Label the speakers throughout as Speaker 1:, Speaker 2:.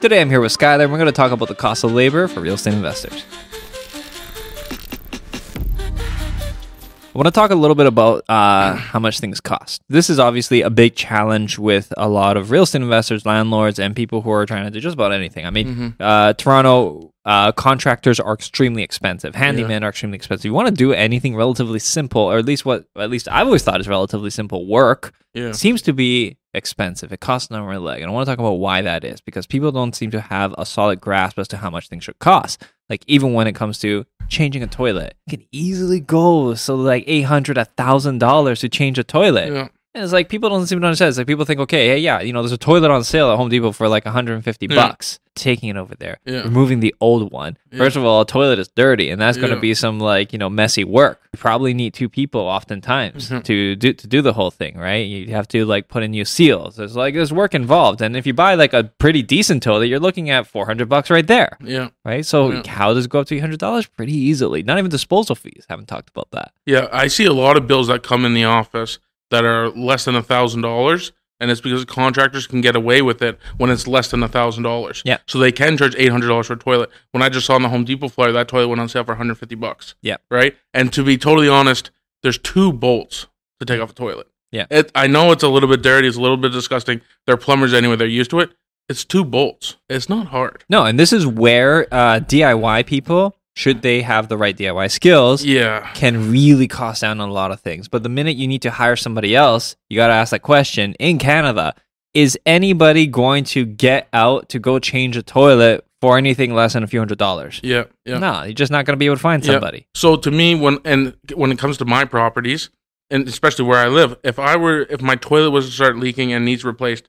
Speaker 1: Today I'm here with Skylar and we're going to talk about the cost of labor for real estate investors. I want to talk a little bit about uh, how much things cost. This is obviously a big challenge with a lot of real estate investors, landlords, and people who are trying to do just about anything. I mean, uh, Toronto uh, contractors are extremely expensive. Handymen are extremely expensive. You want to do anything relatively simple, or at least what at least I've always thought is relatively simple work
Speaker 2: Yeah.
Speaker 1: seems to be expensive. It costs an arm and a leg. And I want to talk about why that is because people don't seem to have a solid grasp as to how much things should cost. Like even when it comes to changing a toilet, it can easily go so like eight hundred, a thousand dollars to change a toilet.
Speaker 2: Yeah.
Speaker 1: And it's like people don't seem to understand. It's like people think, okay, hey, yeah, you know, there's a toilet on sale at Home Depot for like 150
Speaker 2: Yeah.
Speaker 1: bucks. Taking it over there,
Speaker 2: Yeah.
Speaker 1: removing the old one.
Speaker 2: Yeah.
Speaker 1: First of all, a toilet is dirty, and that's going to
Speaker 2: Yeah.
Speaker 1: be some like you know messy work. You probably need two people oftentimes
Speaker 2: Mm-hmm.
Speaker 1: to do to do the whole thing, right? You have to like put in new seals. There's like there's work involved, and if you buy like a pretty decent toilet, you're looking at 400 bucks right there,
Speaker 2: Yeah.
Speaker 1: right? So
Speaker 2: Yeah.
Speaker 1: how does it go up to 800 dollars? Pretty easily. Not even disposal fees. Haven't talked about that.
Speaker 2: Yeah. I see a lot of bills that come in the office that are less than a thousand dollars. And it's because contractors can get away with it when it's less than a thousand dollars.
Speaker 1: Yeah.
Speaker 2: So they can charge eight hundred dollars for a toilet. When I just saw on the Home Depot flyer, that toilet went on sale for 150 bucks.
Speaker 1: Yeah.
Speaker 2: Right. And to be totally honest, there's two bolts to take off a toilet.
Speaker 1: Yeah.
Speaker 2: It, I know it's a little bit dirty. It's a little bit disgusting. They're plumbers anyway. They're used to it. It's two bolts. It's not hard.
Speaker 1: No, and this is where uh, DIY people, should they have the right DIY skills,
Speaker 2: Yeah.
Speaker 1: can really cost down on a lot of things. But the minute you need to hire somebody else, you got to ask that question in Canada, is anybody going to get out to go change a toilet for anything less than a few hundred dollars?
Speaker 2: Yeah. Yeah.
Speaker 1: No, you're just not going to be able to find
Speaker 2: Yeah.
Speaker 1: somebody.
Speaker 2: So to me, when and when it comes to my properties, and especially where I live, if I were if my toilet was to start leaking and needs replaced,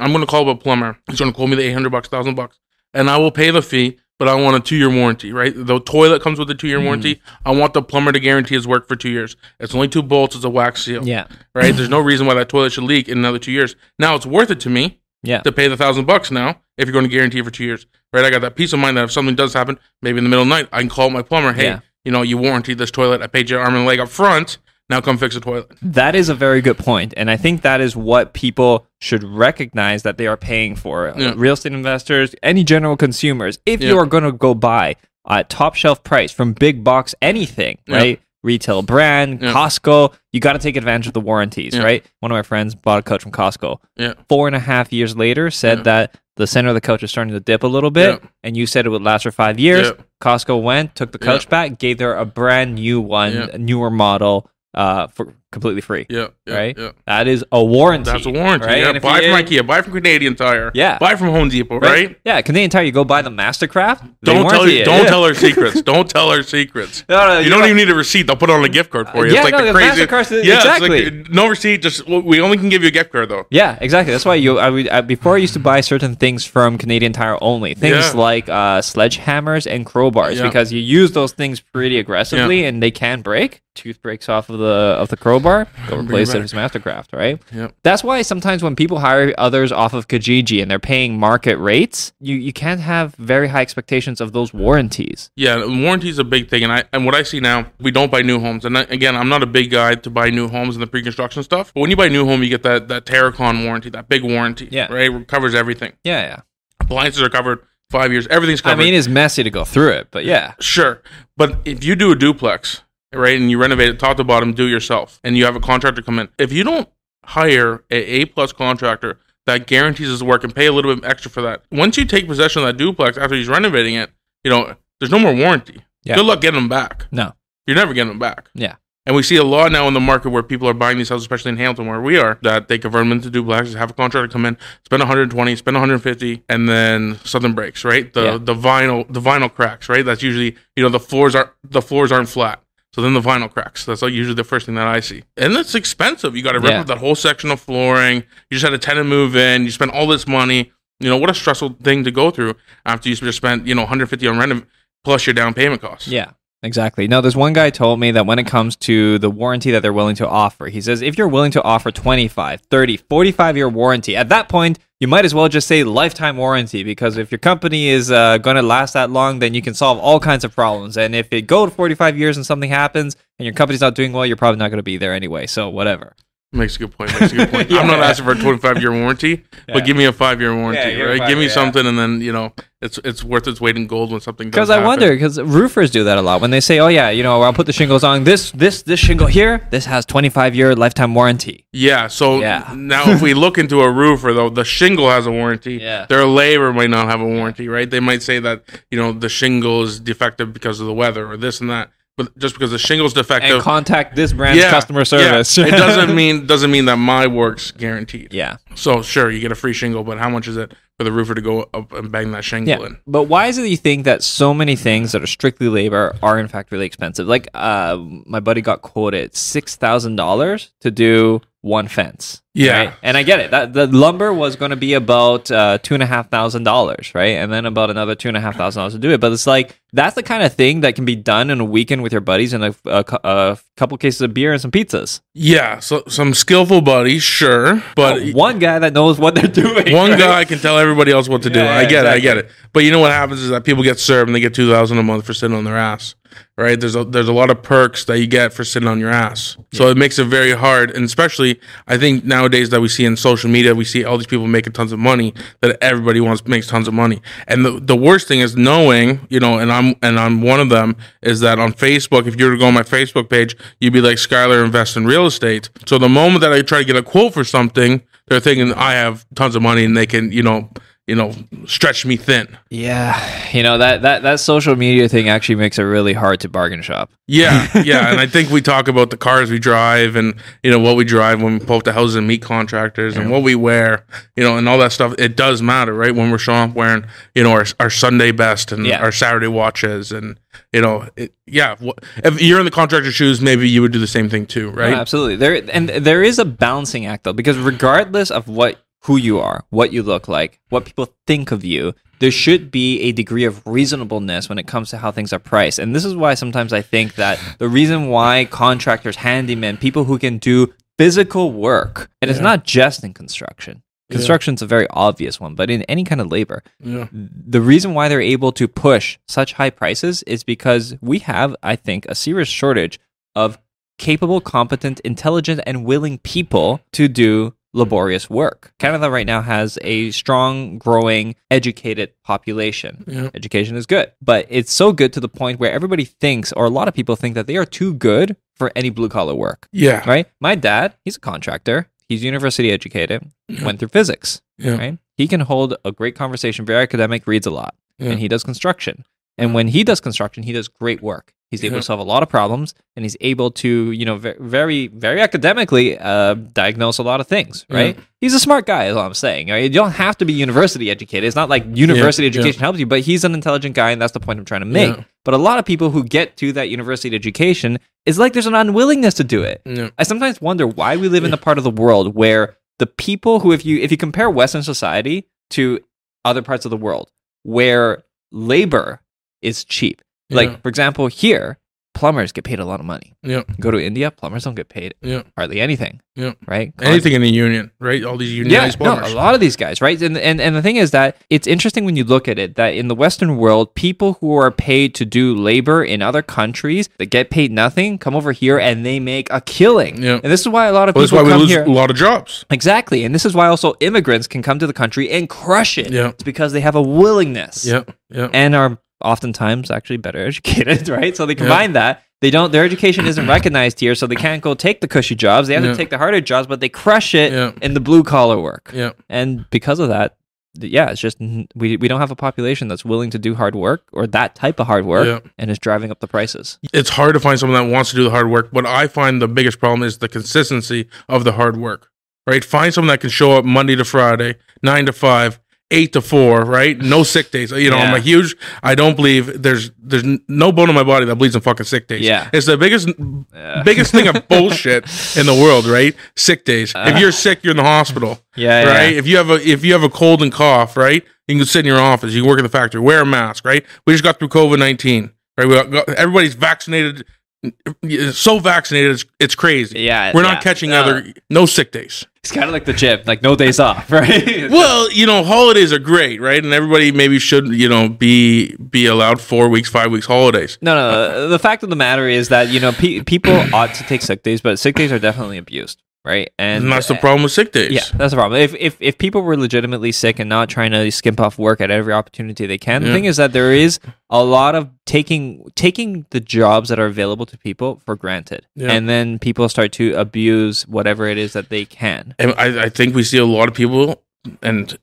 Speaker 2: I'm going to call up a plumber. He's going to quote me the 800 bucks, thousand bucks, and I will pay the fee. But I want a two year warranty, right? The toilet comes with a
Speaker 1: Mm-hmm.
Speaker 2: two year warranty. I want the plumber to guarantee his work for two years. It's only two bolts. It's a wax seal,
Speaker 1: Yeah.
Speaker 2: right? There's no reason why that toilet should leak in another two years. Now it's worth it to me
Speaker 1: Yeah.
Speaker 2: to pay the thousand bucks now if you're going to guarantee it for two years, right? I got that peace of mind that if something does happen, maybe in the middle of the night, I can call my plumber. Hey,
Speaker 1: Yeah.
Speaker 2: you know, you warranted this toilet. I paid you arm and leg up front. Now come fix the toilet.
Speaker 1: That is a very good point, and I think that is what people should recognize that they are paying for. Uh,
Speaker 2: Yeah.
Speaker 1: Real estate investors, any general consumers, if you
Speaker 2: Yeah.
Speaker 1: are going to go buy a top shelf price from big box anything,
Speaker 2: Yeah.
Speaker 1: right? Retail brand,
Speaker 2: Yeah.
Speaker 1: Costco, you got to take advantage of the warranties,
Speaker 2: Yeah.
Speaker 1: right? One of my friends bought a coach from Costco.
Speaker 2: Yeah.
Speaker 1: Four and a half years later, said
Speaker 2: Yeah.
Speaker 1: that the center of the coach is starting to dip a little bit,
Speaker 2: Yeah.
Speaker 1: and you said it would last for five years.
Speaker 2: Yeah.
Speaker 1: Costco went, took the
Speaker 2: Yeah.
Speaker 1: coach back, gave her a brand new one,
Speaker 2: Yeah.
Speaker 1: a newer model, uh, for completely free.
Speaker 2: Yeah. yeah
Speaker 1: Right?
Speaker 2: Yeah.
Speaker 1: That is a warranty.
Speaker 2: That's a warranty.
Speaker 1: right? And
Speaker 2: Yeah.
Speaker 1: if
Speaker 2: Buy
Speaker 1: you-
Speaker 2: from IKEA. Buy from Canadian Tire.
Speaker 1: Yeah.
Speaker 2: Buy from Home Depot. Right.
Speaker 1: Yeah, Canadian Tire, you go buy the Mastercraft. they
Speaker 2: Don't tell
Speaker 1: warranty
Speaker 2: you.
Speaker 1: it. Yeah.
Speaker 2: Don't tell our secrets. Don't tell our secrets.
Speaker 1: No, no,
Speaker 2: You don't even need a receipt. They'll put it on a gift card for you.
Speaker 1: Yeah,
Speaker 2: it's like
Speaker 1: no,
Speaker 2: the
Speaker 1: the
Speaker 2: craziest.
Speaker 1: MasterCard's-
Speaker 2: yeah, it's like,
Speaker 1: exactly.
Speaker 2: no receipt. Just we only can give you a gift card though.
Speaker 1: Yeah, exactly. That's why you. I, would- I, before I used to buy certain things from Canadian Tire only, things
Speaker 2: Yeah.
Speaker 1: like uh, sledgehammers and crowbars,
Speaker 2: Yeah.
Speaker 1: because you use those things pretty aggressively and they can break. Tooth breaks off of the of the crowbar, go replace it
Speaker 2: back.
Speaker 1: with Mastercraft, right?
Speaker 2: Yep.
Speaker 1: That's why sometimes when people hire others off of Kijiji and they're paying market rates, you you can't have very high expectations of those warranties.
Speaker 2: Yeah, warranty is a big thing, and I and what I see now, we don't buy new homes. And I, again, I'm not a big guy to buy new homes and the pre-construction stuff. But when you buy a new home, you get that that Terracon warranty, that big warranty.
Speaker 1: Yeah.
Speaker 2: right, it covers everything.
Speaker 1: Yeah, yeah.
Speaker 2: Appliances are covered, five years, everything's
Speaker 1: I
Speaker 2: covered.
Speaker 1: mean, it's messy to go through it, but yeah.
Speaker 2: sure, but if you do a duplex, right, and you renovate it top to bottom, do it yourself, and you have a contractor come in, if you don't hire a A plus contractor that guarantees his work and pay a little bit extra for that, once you take possession of that duplex after he's renovating it, you know, there's no more warranty.
Speaker 1: Yeah.
Speaker 2: Good luck getting them back.
Speaker 1: No.
Speaker 2: you're never getting them back.
Speaker 1: Yeah.
Speaker 2: And we see a lot now in the market where people are buying these houses, especially in Hamilton where we are, that they convert them into duplexes, have a contractor come in, spend 120, spend 150, and then something breaks, right? The
Speaker 1: Yeah.
Speaker 2: the vinyl the vinyl cracks, right? That's usually you know the floors are the floors aren't flat. So then the vinyl cracks. That's like usually the first thing that I see. And that's expensive. You got to rip
Speaker 1: Yeah.
Speaker 2: up that whole section of flooring. You just had a tenant move in. You spent all this money. You know, what a stressful thing to go through after you just spent, you know, 150 on rent plus your down payment costs.
Speaker 1: Yeah, exactly. No, this one guy told me that when it comes to the warranty that they're willing to offer, he says if you're willing to offer 25, 30, 45 year warranty, at that point, you might as well just say lifetime warranty because if your company is uh, going to last that long, then you can solve all kinds of problems. And if it go to 45 years and something happens and your company's not doing well, you're probably not going to be there anyway. So, whatever.
Speaker 2: Makes a good point. Makes a good point. I'm not
Speaker 1: Yeah.
Speaker 2: asking for a 25 year warranty,
Speaker 1: Yeah.
Speaker 2: but give me a five year warranty,
Speaker 1: Yeah, give me
Speaker 2: right?
Speaker 1: five,
Speaker 2: give me
Speaker 1: yeah.
Speaker 2: something, and then you know it's it's worth its weight in gold when something. does
Speaker 1: Because I
Speaker 2: happen.
Speaker 1: wonder, because roofers do that a lot when they say, "Oh yeah, you know, I'll put the shingles on this this this shingle here. This has 25 year lifetime warranty."
Speaker 2: Yeah. So
Speaker 1: Yeah.
Speaker 2: now, if we look into a roofer, though, the shingle has a warranty.
Speaker 1: Yeah.
Speaker 2: Their labor might not have a warranty, right? They might say that you know the shingle is defective because of the weather or this and that, but just because the shingle's
Speaker 1: And
Speaker 2: defective,
Speaker 1: contact this brand's customer service.
Speaker 2: yeah, it doesn't mean doesn't mean that my work's guaranteed.
Speaker 1: yeah,
Speaker 2: So sure, you get a free shingle, but how much is it for the roofer to go up and bang that shingle
Speaker 1: yeah.
Speaker 2: in?
Speaker 1: But why is it that you think that so many things that are strictly labor are in fact really expensive? Like, uh, my buddy got quoted six thousand dollars to do one fence.
Speaker 2: Yeah.
Speaker 1: right? and I get it. That the lumber was going to be about uh, two and a half thousand dollars, right? And then about another two and a half thousand dollars to do it. But it's like that's the kind of thing that can be done in a weekend with your buddies and a, a cou- a couple cases of beer and some pizzas.
Speaker 2: Yeah. So some skillful buddies, sure, but
Speaker 1: But one guy that knows what they're doing.
Speaker 2: One
Speaker 1: right?
Speaker 2: guy can tell everybody else what to do.
Speaker 1: Yeah, yeah,
Speaker 2: I get it. I get
Speaker 1: exactly.
Speaker 2: it. But you know what happens is that people get served and they get two thousand a month for sitting on their ass. Right? There's a there's a lot of perks that you get for sitting on your ass. So it makes it very hard, and especially I think nowadays that we see in social media, we see all these people making tons of money. That everybody wants makes tons of money. And the the worst thing is knowing, you know, and I'm and I'm one of them is that on Facebook, if you were to go on my Facebook page, you'd be like Skylar invest in real estate. So the moment that I try to get a quote for something, they're thinking I have tons of money and they can, you know, you know, stretch me thin.
Speaker 1: Yeah, you know that that that social media thing actually makes it really hard to bargain shop.
Speaker 2: Yeah, yeah. and I think we talk about the cars we drive and you know what we drive when we pull up to houses and meet contractors and what we wear, you know, and all that stuff. It does matter, right? When we're showing up wearing, you know, our, our Sunday best and
Speaker 1: Yeah.
Speaker 2: our Saturday watches and you know, it, yeah. wh- If you're in the contractor shoes, maybe you would do the same thing too, right?
Speaker 1: No, absolutely. There and there is a balancing act though, because regardless of what who you are, what you look like, what people think of you, there should be a degree of reasonableness when it comes to how things are priced. And this is why sometimes I think that the reason why contractors, handymen, people who can do physical work, and it's not just in construction. Construction's a very obvious one, but in any kind of labor,
Speaker 2: Yeah.
Speaker 1: the reason why they're able to push such high prices is because we have, I think, a serious shortage of capable, competent, intelligent, and willing people to do laborious work. Canada right now has a strong, growing, educated population.
Speaker 2: Yeah.
Speaker 1: Education is good, but it's so good to the point where everybody thinks, or a lot of people think, that they are too good for any blue collar work,
Speaker 2: Yeah.
Speaker 1: right? My dad, he's a contractor, he's university educated, went through physics
Speaker 2: Yeah.
Speaker 1: right? He can hold a great conversation, very academic, reads a lot,
Speaker 2: Yeah.
Speaker 1: and he does construction. And when he does construction, he does great work. He's able
Speaker 2: Yeah.
Speaker 1: to solve a lot of problems, and he's able to, you know, ve- very, very academically uh, diagnose a lot of things. Right? He's a smart guy, is all I'm saying. Right? You don't have to be university educated. It's not like university
Speaker 2: yeah.
Speaker 1: education helps you, but he's an intelligent guy, and that's the point I'm trying to make.
Speaker 2: Yeah.
Speaker 1: But a lot of people who get to that university education is like there's an unwillingness to do it.
Speaker 2: Yeah.
Speaker 1: I sometimes wonder why we live in the part of the world where the people who, if you if you compare Western society to other parts of the world, where labor is cheap. Like
Speaker 2: Yeah.
Speaker 1: for example, here plumbers get paid a lot of money.
Speaker 2: Yeah.
Speaker 1: Go to India, plumbers don't get paid
Speaker 2: Yeah.
Speaker 1: hardly anything.
Speaker 2: Yeah.
Speaker 1: Right.
Speaker 2: Anything in the union, right? All these
Speaker 1: Yeah,
Speaker 2: unionized
Speaker 1: no,
Speaker 2: plumbers.
Speaker 1: a lot of these guys, right? And, and and the thing is that it's interesting when you look at it that in the Western world, people who are paid to do labor in other countries that get paid nothing come over here and they make a killing.
Speaker 2: Yeah.
Speaker 1: And this is why a lot of
Speaker 2: Well, that's
Speaker 1: people
Speaker 2: why we
Speaker 1: come
Speaker 2: lose
Speaker 1: here.
Speaker 2: a lot of jobs.
Speaker 1: Exactly. And this is why also immigrants can come to the country and crush it.
Speaker 2: Yeah.
Speaker 1: It's because they have a willingness
Speaker 2: Yeah. Yeah.
Speaker 1: and are oftentimes actually better educated, right? So they combine that. They don't their education isn't recognized here, so they can't go take the cushy jobs. They have
Speaker 2: Yeah.
Speaker 1: to take the harder jobs, but they crush it
Speaker 2: Yeah.
Speaker 1: in the blue collar work.
Speaker 2: Yeah.
Speaker 1: And because of that, th- yeah, it's just n- we we don't have a population that's willing to do hard work or that type of hard work
Speaker 2: Yeah.
Speaker 1: and is driving up the prices.
Speaker 2: it's hard to find someone that wants to do the hard work. What I find the biggest problem is the consistency of the hard work, right? Find someone that can show up Monday to Friday, nine to five, eight to four, right? No sick days. You know, I'm
Speaker 1: Yeah.
Speaker 2: a huge. I don't believe there's there's n- no bone in my body that believes in fucking sick days.
Speaker 1: Yeah.
Speaker 2: it's the biggest biggest thing of bullshit in the world, right? Sick days.
Speaker 1: Uh.
Speaker 2: if you're sick, you're in the hospital
Speaker 1: Yeah, yeah.
Speaker 2: right? If you have a if you have a cold and cough, right, you can sit in your office. You can work in the factory. Wear a mask, right? We just got through COVID nineteen, right? We got, everybody's vaccinated, so vaccinated, it's, it's crazy.
Speaker 1: Yeah,
Speaker 2: we're not
Speaker 1: yeah.
Speaker 2: catching
Speaker 1: No.
Speaker 2: other no sick days.
Speaker 1: It's kind of like the gym, like no days off, right?
Speaker 2: Well, you know, holidays are great, right? And everybody maybe should you know be be allowed four weeks, five weeks holidays.
Speaker 1: No, no. The fact of the matter is that you know pe- people ought to take sick days, but sick days are definitely abused, right? And
Speaker 2: and that's the problem with sick days.
Speaker 1: Yeah, that's the problem. If, if if people were legitimately sick and not trying to skimp off work at every opportunity they can, the
Speaker 2: Yeah.
Speaker 1: thing is that there is a lot of taking taking the jobs that are available to people for granted,
Speaker 2: Yeah.
Speaker 1: and then people start to abuse whatever it is that they can.
Speaker 2: And I, I think we see a lot of people, and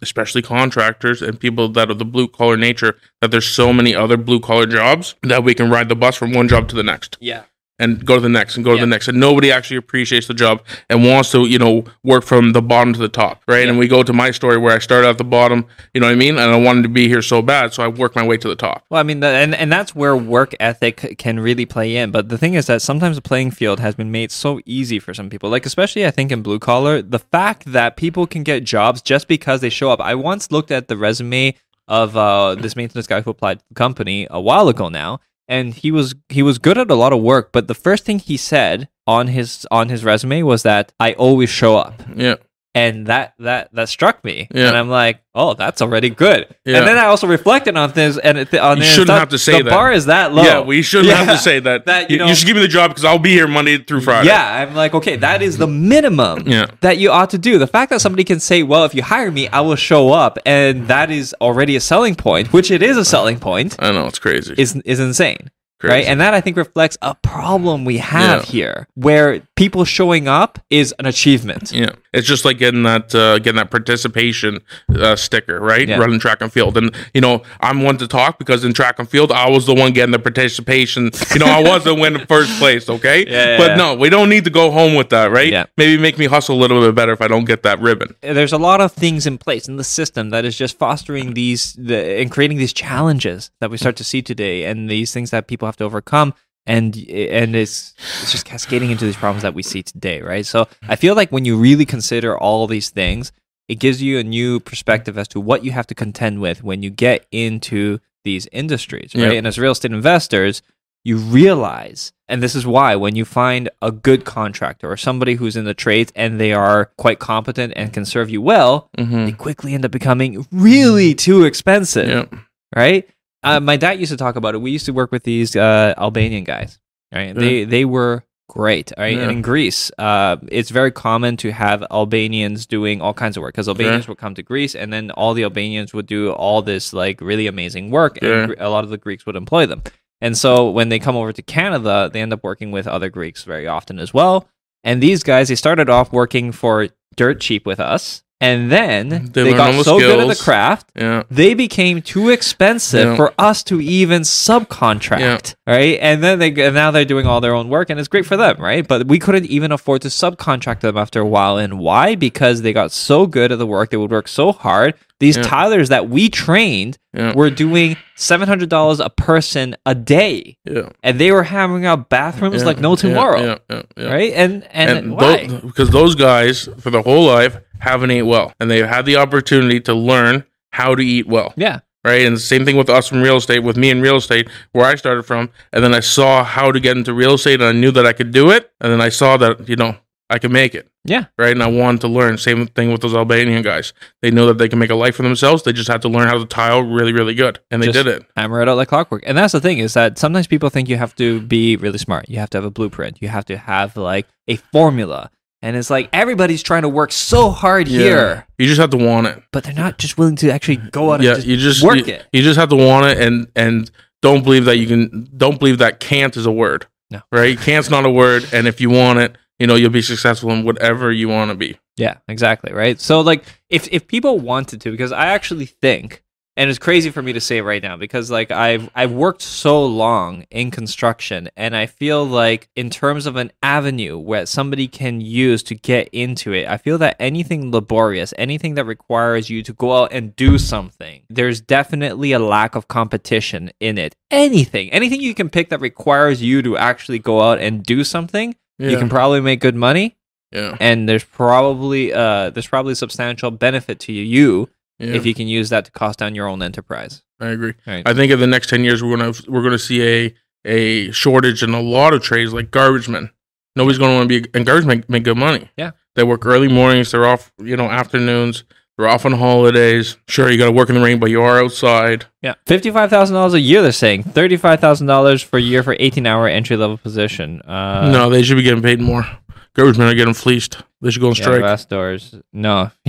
Speaker 2: especially contractors and people that are the blue collar nature, that there's so many other blue collar jobs that we can ride the bus from one job to the next
Speaker 1: Yeah,
Speaker 2: and go to the next and go to
Speaker 1: Yeah.
Speaker 2: the next. And nobody actually appreciates the job and wants to, you know, work from the bottom to the top, right? And we go to my story where I started at the bottom, you know what I mean? And I wanted to be here so bad, so I worked my way to the top.
Speaker 1: Well, I mean, that and, and that's where work ethic can really play in. But the thing is that sometimes the playing field has been made so easy for some people. Like, especially, I think, in blue collar, the fact that people can get jobs just because they show up. I once looked at the resume of uh, this maintenance guy who applied to the company a while ago now. And he was he was good at a lot of work, but the first thing he said on his on his resume was that I always show up
Speaker 2: Yeah.
Speaker 1: and that that that struck me
Speaker 2: Yeah.
Speaker 1: and i'm like oh that's already good
Speaker 2: Yeah.
Speaker 1: and then i also reflected on this and it- on
Speaker 2: You
Speaker 1: this
Speaker 2: shouldn't
Speaker 1: stuff.
Speaker 2: have to say
Speaker 1: the
Speaker 2: that.
Speaker 1: bar is that low
Speaker 2: Yeah, we shouldn't have
Speaker 1: Oh. Yeah.
Speaker 2: to say
Speaker 1: That,
Speaker 2: that. that
Speaker 1: you
Speaker 2: you,
Speaker 1: know-
Speaker 2: you should give me the job because I'll be here Monday through Friday.
Speaker 1: yeah i'm like okay that is the minimum
Speaker 2: Yeah.
Speaker 1: that you ought to do the fact that somebody can say well if you hire me i will show up and that is already a selling point which it is a selling point
Speaker 2: I know, it's crazy.
Speaker 1: is is insane
Speaker 2: Crazy.
Speaker 1: Right. And that I think reflects a problem we have
Speaker 2: Yeah.
Speaker 1: here where people showing up is an achievement.
Speaker 2: Yeah, it's just like getting that uh, getting that participation uh, sticker, right?
Speaker 1: Yeah.
Speaker 2: Running track and field, and you know I'm one to talk because in track and field I was the one getting the participation. You know I was the one in first place, okay?
Speaker 1: Yeah, yeah,
Speaker 2: but
Speaker 1: yeah.
Speaker 2: no, we don't need to go home with that, right?
Speaker 1: Yeah.
Speaker 2: Maybe make me hustle a little bit better if I don't get that ribbon.
Speaker 1: there's a lot of things in place in the system that is just fostering these the, and creating these challenges that we start to see today and these things that people have to overcome and and it's it's just cascading into these problems that we see today right so i feel like when you really consider all these things it gives you a new perspective as to what you have to contend with when you get into these industries right
Speaker 2: Yeah.
Speaker 1: and as real estate investors you realize and this is why when you find a good contractor or somebody who's in the trades and they are quite competent and can serve you well they quickly end up becoming really too expensive
Speaker 2: Yeah,
Speaker 1: right uh, my dad used to talk about it we used to work with these uh, albanian guys right they they were great all right and
Speaker 2: Yeah.
Speaker 1: in greece uh, it's very common to have albanians doing all kinds of work because albanians would come to greece and then all the albanians would do all this like really amazing work
Speaker 2: Yeah.
Speaker 1: and Gre- a lot of the greeks would employ them and so when they come over to Canada, they end up working with other Greeks very often as well. And these guys, they started off working for dirt cheap with us. And then they,
Speaker 2: They learn all
Speaker 1: got
Speaker 2: the
Speaker 1: so good at the
Speaker 2: skills.
Speaker 1: craft,
Speaker 2: yeah,
Speaker 1: they became too expensive
Speaker 2: Yeah.
Speaker 1: for us to even subcontract, right? And then they and now they're doing all their own work, and it's great for them, right? But we couldn't even afford to subcontract them after a while, and why? Because they got so good at the work, they would work so hard. These
Speaker 2: Yeah.
Speaker 1: Tylers that we trained
Speaker 2: Yeah.
Speaker 1: were doing seven hundred dollars a person a day,
Speaker 2: yeah.
Speaker 1: and they were hammering out bathrooms
Speaker 2: yeah,
Speaker 1: like no
Speaker 2: yeah,
Speaker 1: tomorrow,
Speaker 2: Yeah, yeah, yeah.
Speaker 1: right? And and,
Speaker 2: and
Speaker 1: why?
Speaker 2: because those guys for their whole life haven't ate well, and they've had the opportunity to learn how to eat well.
Speaker 1: yeah,
Speaker 2: right? And the same thing with us from real estate, with me in real estate, where I started from. And then I saw how to get into real estate and I knew that I could do it. And then I saw that, you know, I could make it,
Speaker 1: yeah.
Speaker 2: right? And I wanted to learn. Same thing with those Albanian guys. They know that they can make a life for themselves. They just had to learn how to tile really, really good. And they
Speaker 1: Just-
Speaker 2: did it.
Speaker 1: hammer it out like clockwork. And that's the thing is that sometimes people think you have to be really smart. You have to have a blueprint. You have to have like a formula. And it's like everybody's trying to work so hard here,
Speaker 2: You just have to want it.
Speaker 1: but they're not just willing to actually go out
Speaker 2: Yeah,
Speaker 1: and just,
Speaker 2: you just
Speaker 1: work
Speaker 2: you,
Speaker 1: it.
Speaker 2: You just have to want it and and don't believe that you can don't believe that can't is a word.
Speaker 1: No.
Speaker 2: Right? Can't's not a word and if you want it, you know, you'll be successful in whatever you want to be.
Speaker 1: Yeah, exactly. Right. So like if if people wanted to, because I actually think and it's crazy for me to say it right now because like I've I've worked so long in construction and I feel like in terms of an avenue where somebody can use to get into it, I feel that anything laborious, anything that requires you to go out and do something, there's definitely a lack of competition in it. Anything, anything you can pick that requires you to actually go out and do something, you
Speaker 2: Yeah.
Speaker 1: can probably make good money
Speaker 2: Yeah.
Speaker 1: and there's probably uh there's probably substantial benefit to you
Speaker 2: yeah.
Speaker 1: if you can use that to cost down your own enterprise.
Speaker 2: I agree.
Speaker 1: Right.
Speaker 2: I think in the next ten years we're gonna we're gonna see a a shortage in a lot of trades like garbage men. Nobody's gonna want to be and garbage men make good money.
Speaker 1: Yeah.
Speaker 2: they work early mornings. They're off you know afternoons. They're off on holidays. Sure, you got to work in the rain, but you are outside.
Speaker 1: Yeah, fifty-five thousand dollars a year. They're saying thirty-five thousand dollars for a year for eighteen-hour entry-level position. Uh,
Speaker 2: no, they should be getting paid more. Garbage men are getting fleeced. They should go on
Speaker 1: Yeah,
Speaker 2: strike.
Speaker 1: glass doors. No,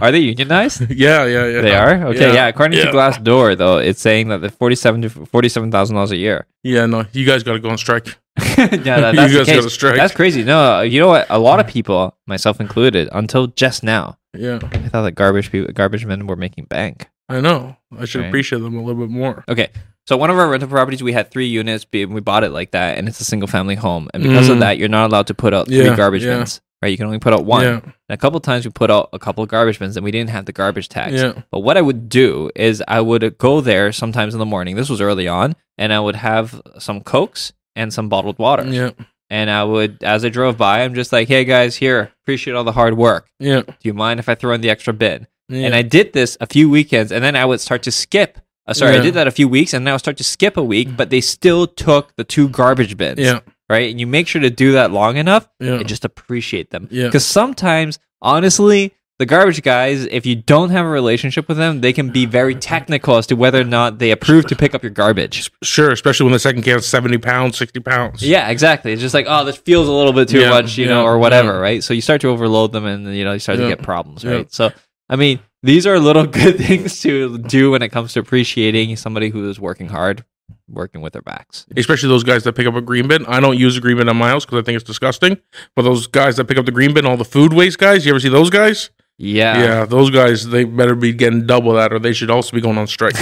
Speaker 1: are they unionized?
Speaker 2: Yeah, yeah, yeah.
Speaker 1: They are okay. Yeah, according
Speaker 2: yeah.
Speaker 1: to Glassdoor, though, it's saying that the forty-seven to forty-seven thousand dollars a year.
Speaker 2: Yeah, no, you guys got to go on strike.
Speaker 1: yeah, that, that's the
Speaker 2: you guys
Speaker 1: case.
Speaker 2: got to strike.
Speaker 1: That's crazy. No, you know what? A lot of people, myself included, until just now,
Speaker 2: yeah,
Speaker 1: I thought that garbage people, garbage men were making bank.
Speaker 2: I know. I should
Speaker 1: Right.
Speaker 2: appreciate them a little bit more.
Speaker 1: Okay, so one of our rental properties, we had three units, be- we bought it like that, and it's a single-family home, and because of
Speaker 2: Mm.
Speaker 1: that, you're not allowed to put out three
Speaker 2: Yeah,
Speaker 1: garbage
Speaker 2: yeah.
Speaker 1: bins. Right, you can only put out one.
Speaker 2: Yeah,
Speaker 1: And a couple times we put out a couple of garbage bins, and we didn't have the garbage tags.
Speaker 2: yeah.
Speaker 1: But what I would do is I would go there sometimes in the morning. This was early on, and I would have some cokes and some bottled water.
Speaker 2: Yeah,
Speaker 1: And I would, as I drove by, I'm just like, "Hey guys, here, appreciate all the hard work.
Speaker 2: yeah,
Speaker 1: Do you mind if I throw in the extra bin?"
Speaker 2: yeah.
Speaker 1: And I did this a few weekends, and then I would start to skip. Uh, sorry, I
Speaker 2: Yeah.
Speaker 1: did that a few weeks, and then I would start to skip a week, but they still took the two garbage bins.
Speaker 2: yeah,
Speaker 1: Right, and you make sure to do that long enough,
Speaker 2: yeah,
Speaker 1: and just appreciate them.
Speaker 2: Yeah.
Speaker 1: Because sometimes, honestly, the garbage guys, if you don't have a relationship with them, they can be very technical as to whether or not they approve to pick up your garbage.
Speaker 2: sure. Especially when the second can's seventy pounds, sixty pounds.
Speaker 1: Yeah, exactly. It's just like, oh, this feels a little bit too
Speaker 2: Yeah,
Speaker 1: much, you
Speaker 2: yeah,
Speaker 1: know, or whatever,
Speaker 2: yeah.
Speaker 1: right? So you start to overload them and, you know, you start
Speaker 2: Yeah.
Speaker 1: to get problems,
Speaker 2: Yeah.
Speaker 1: right? So, I mean, these are little good things to do when it comes to appreciating somebody who is working hard, working with their backs.
Speaker 2: Especially those guys that pick up a green bin. I don't use a green bin on my house because I think it's disgusting. But those guys that pick up the green bin, all the food waste guys. You ever see those guys?
Speaker 1: Yeah.
Speaker 2: yeah, those guys. They better be getting double that, or they should also be going on strike.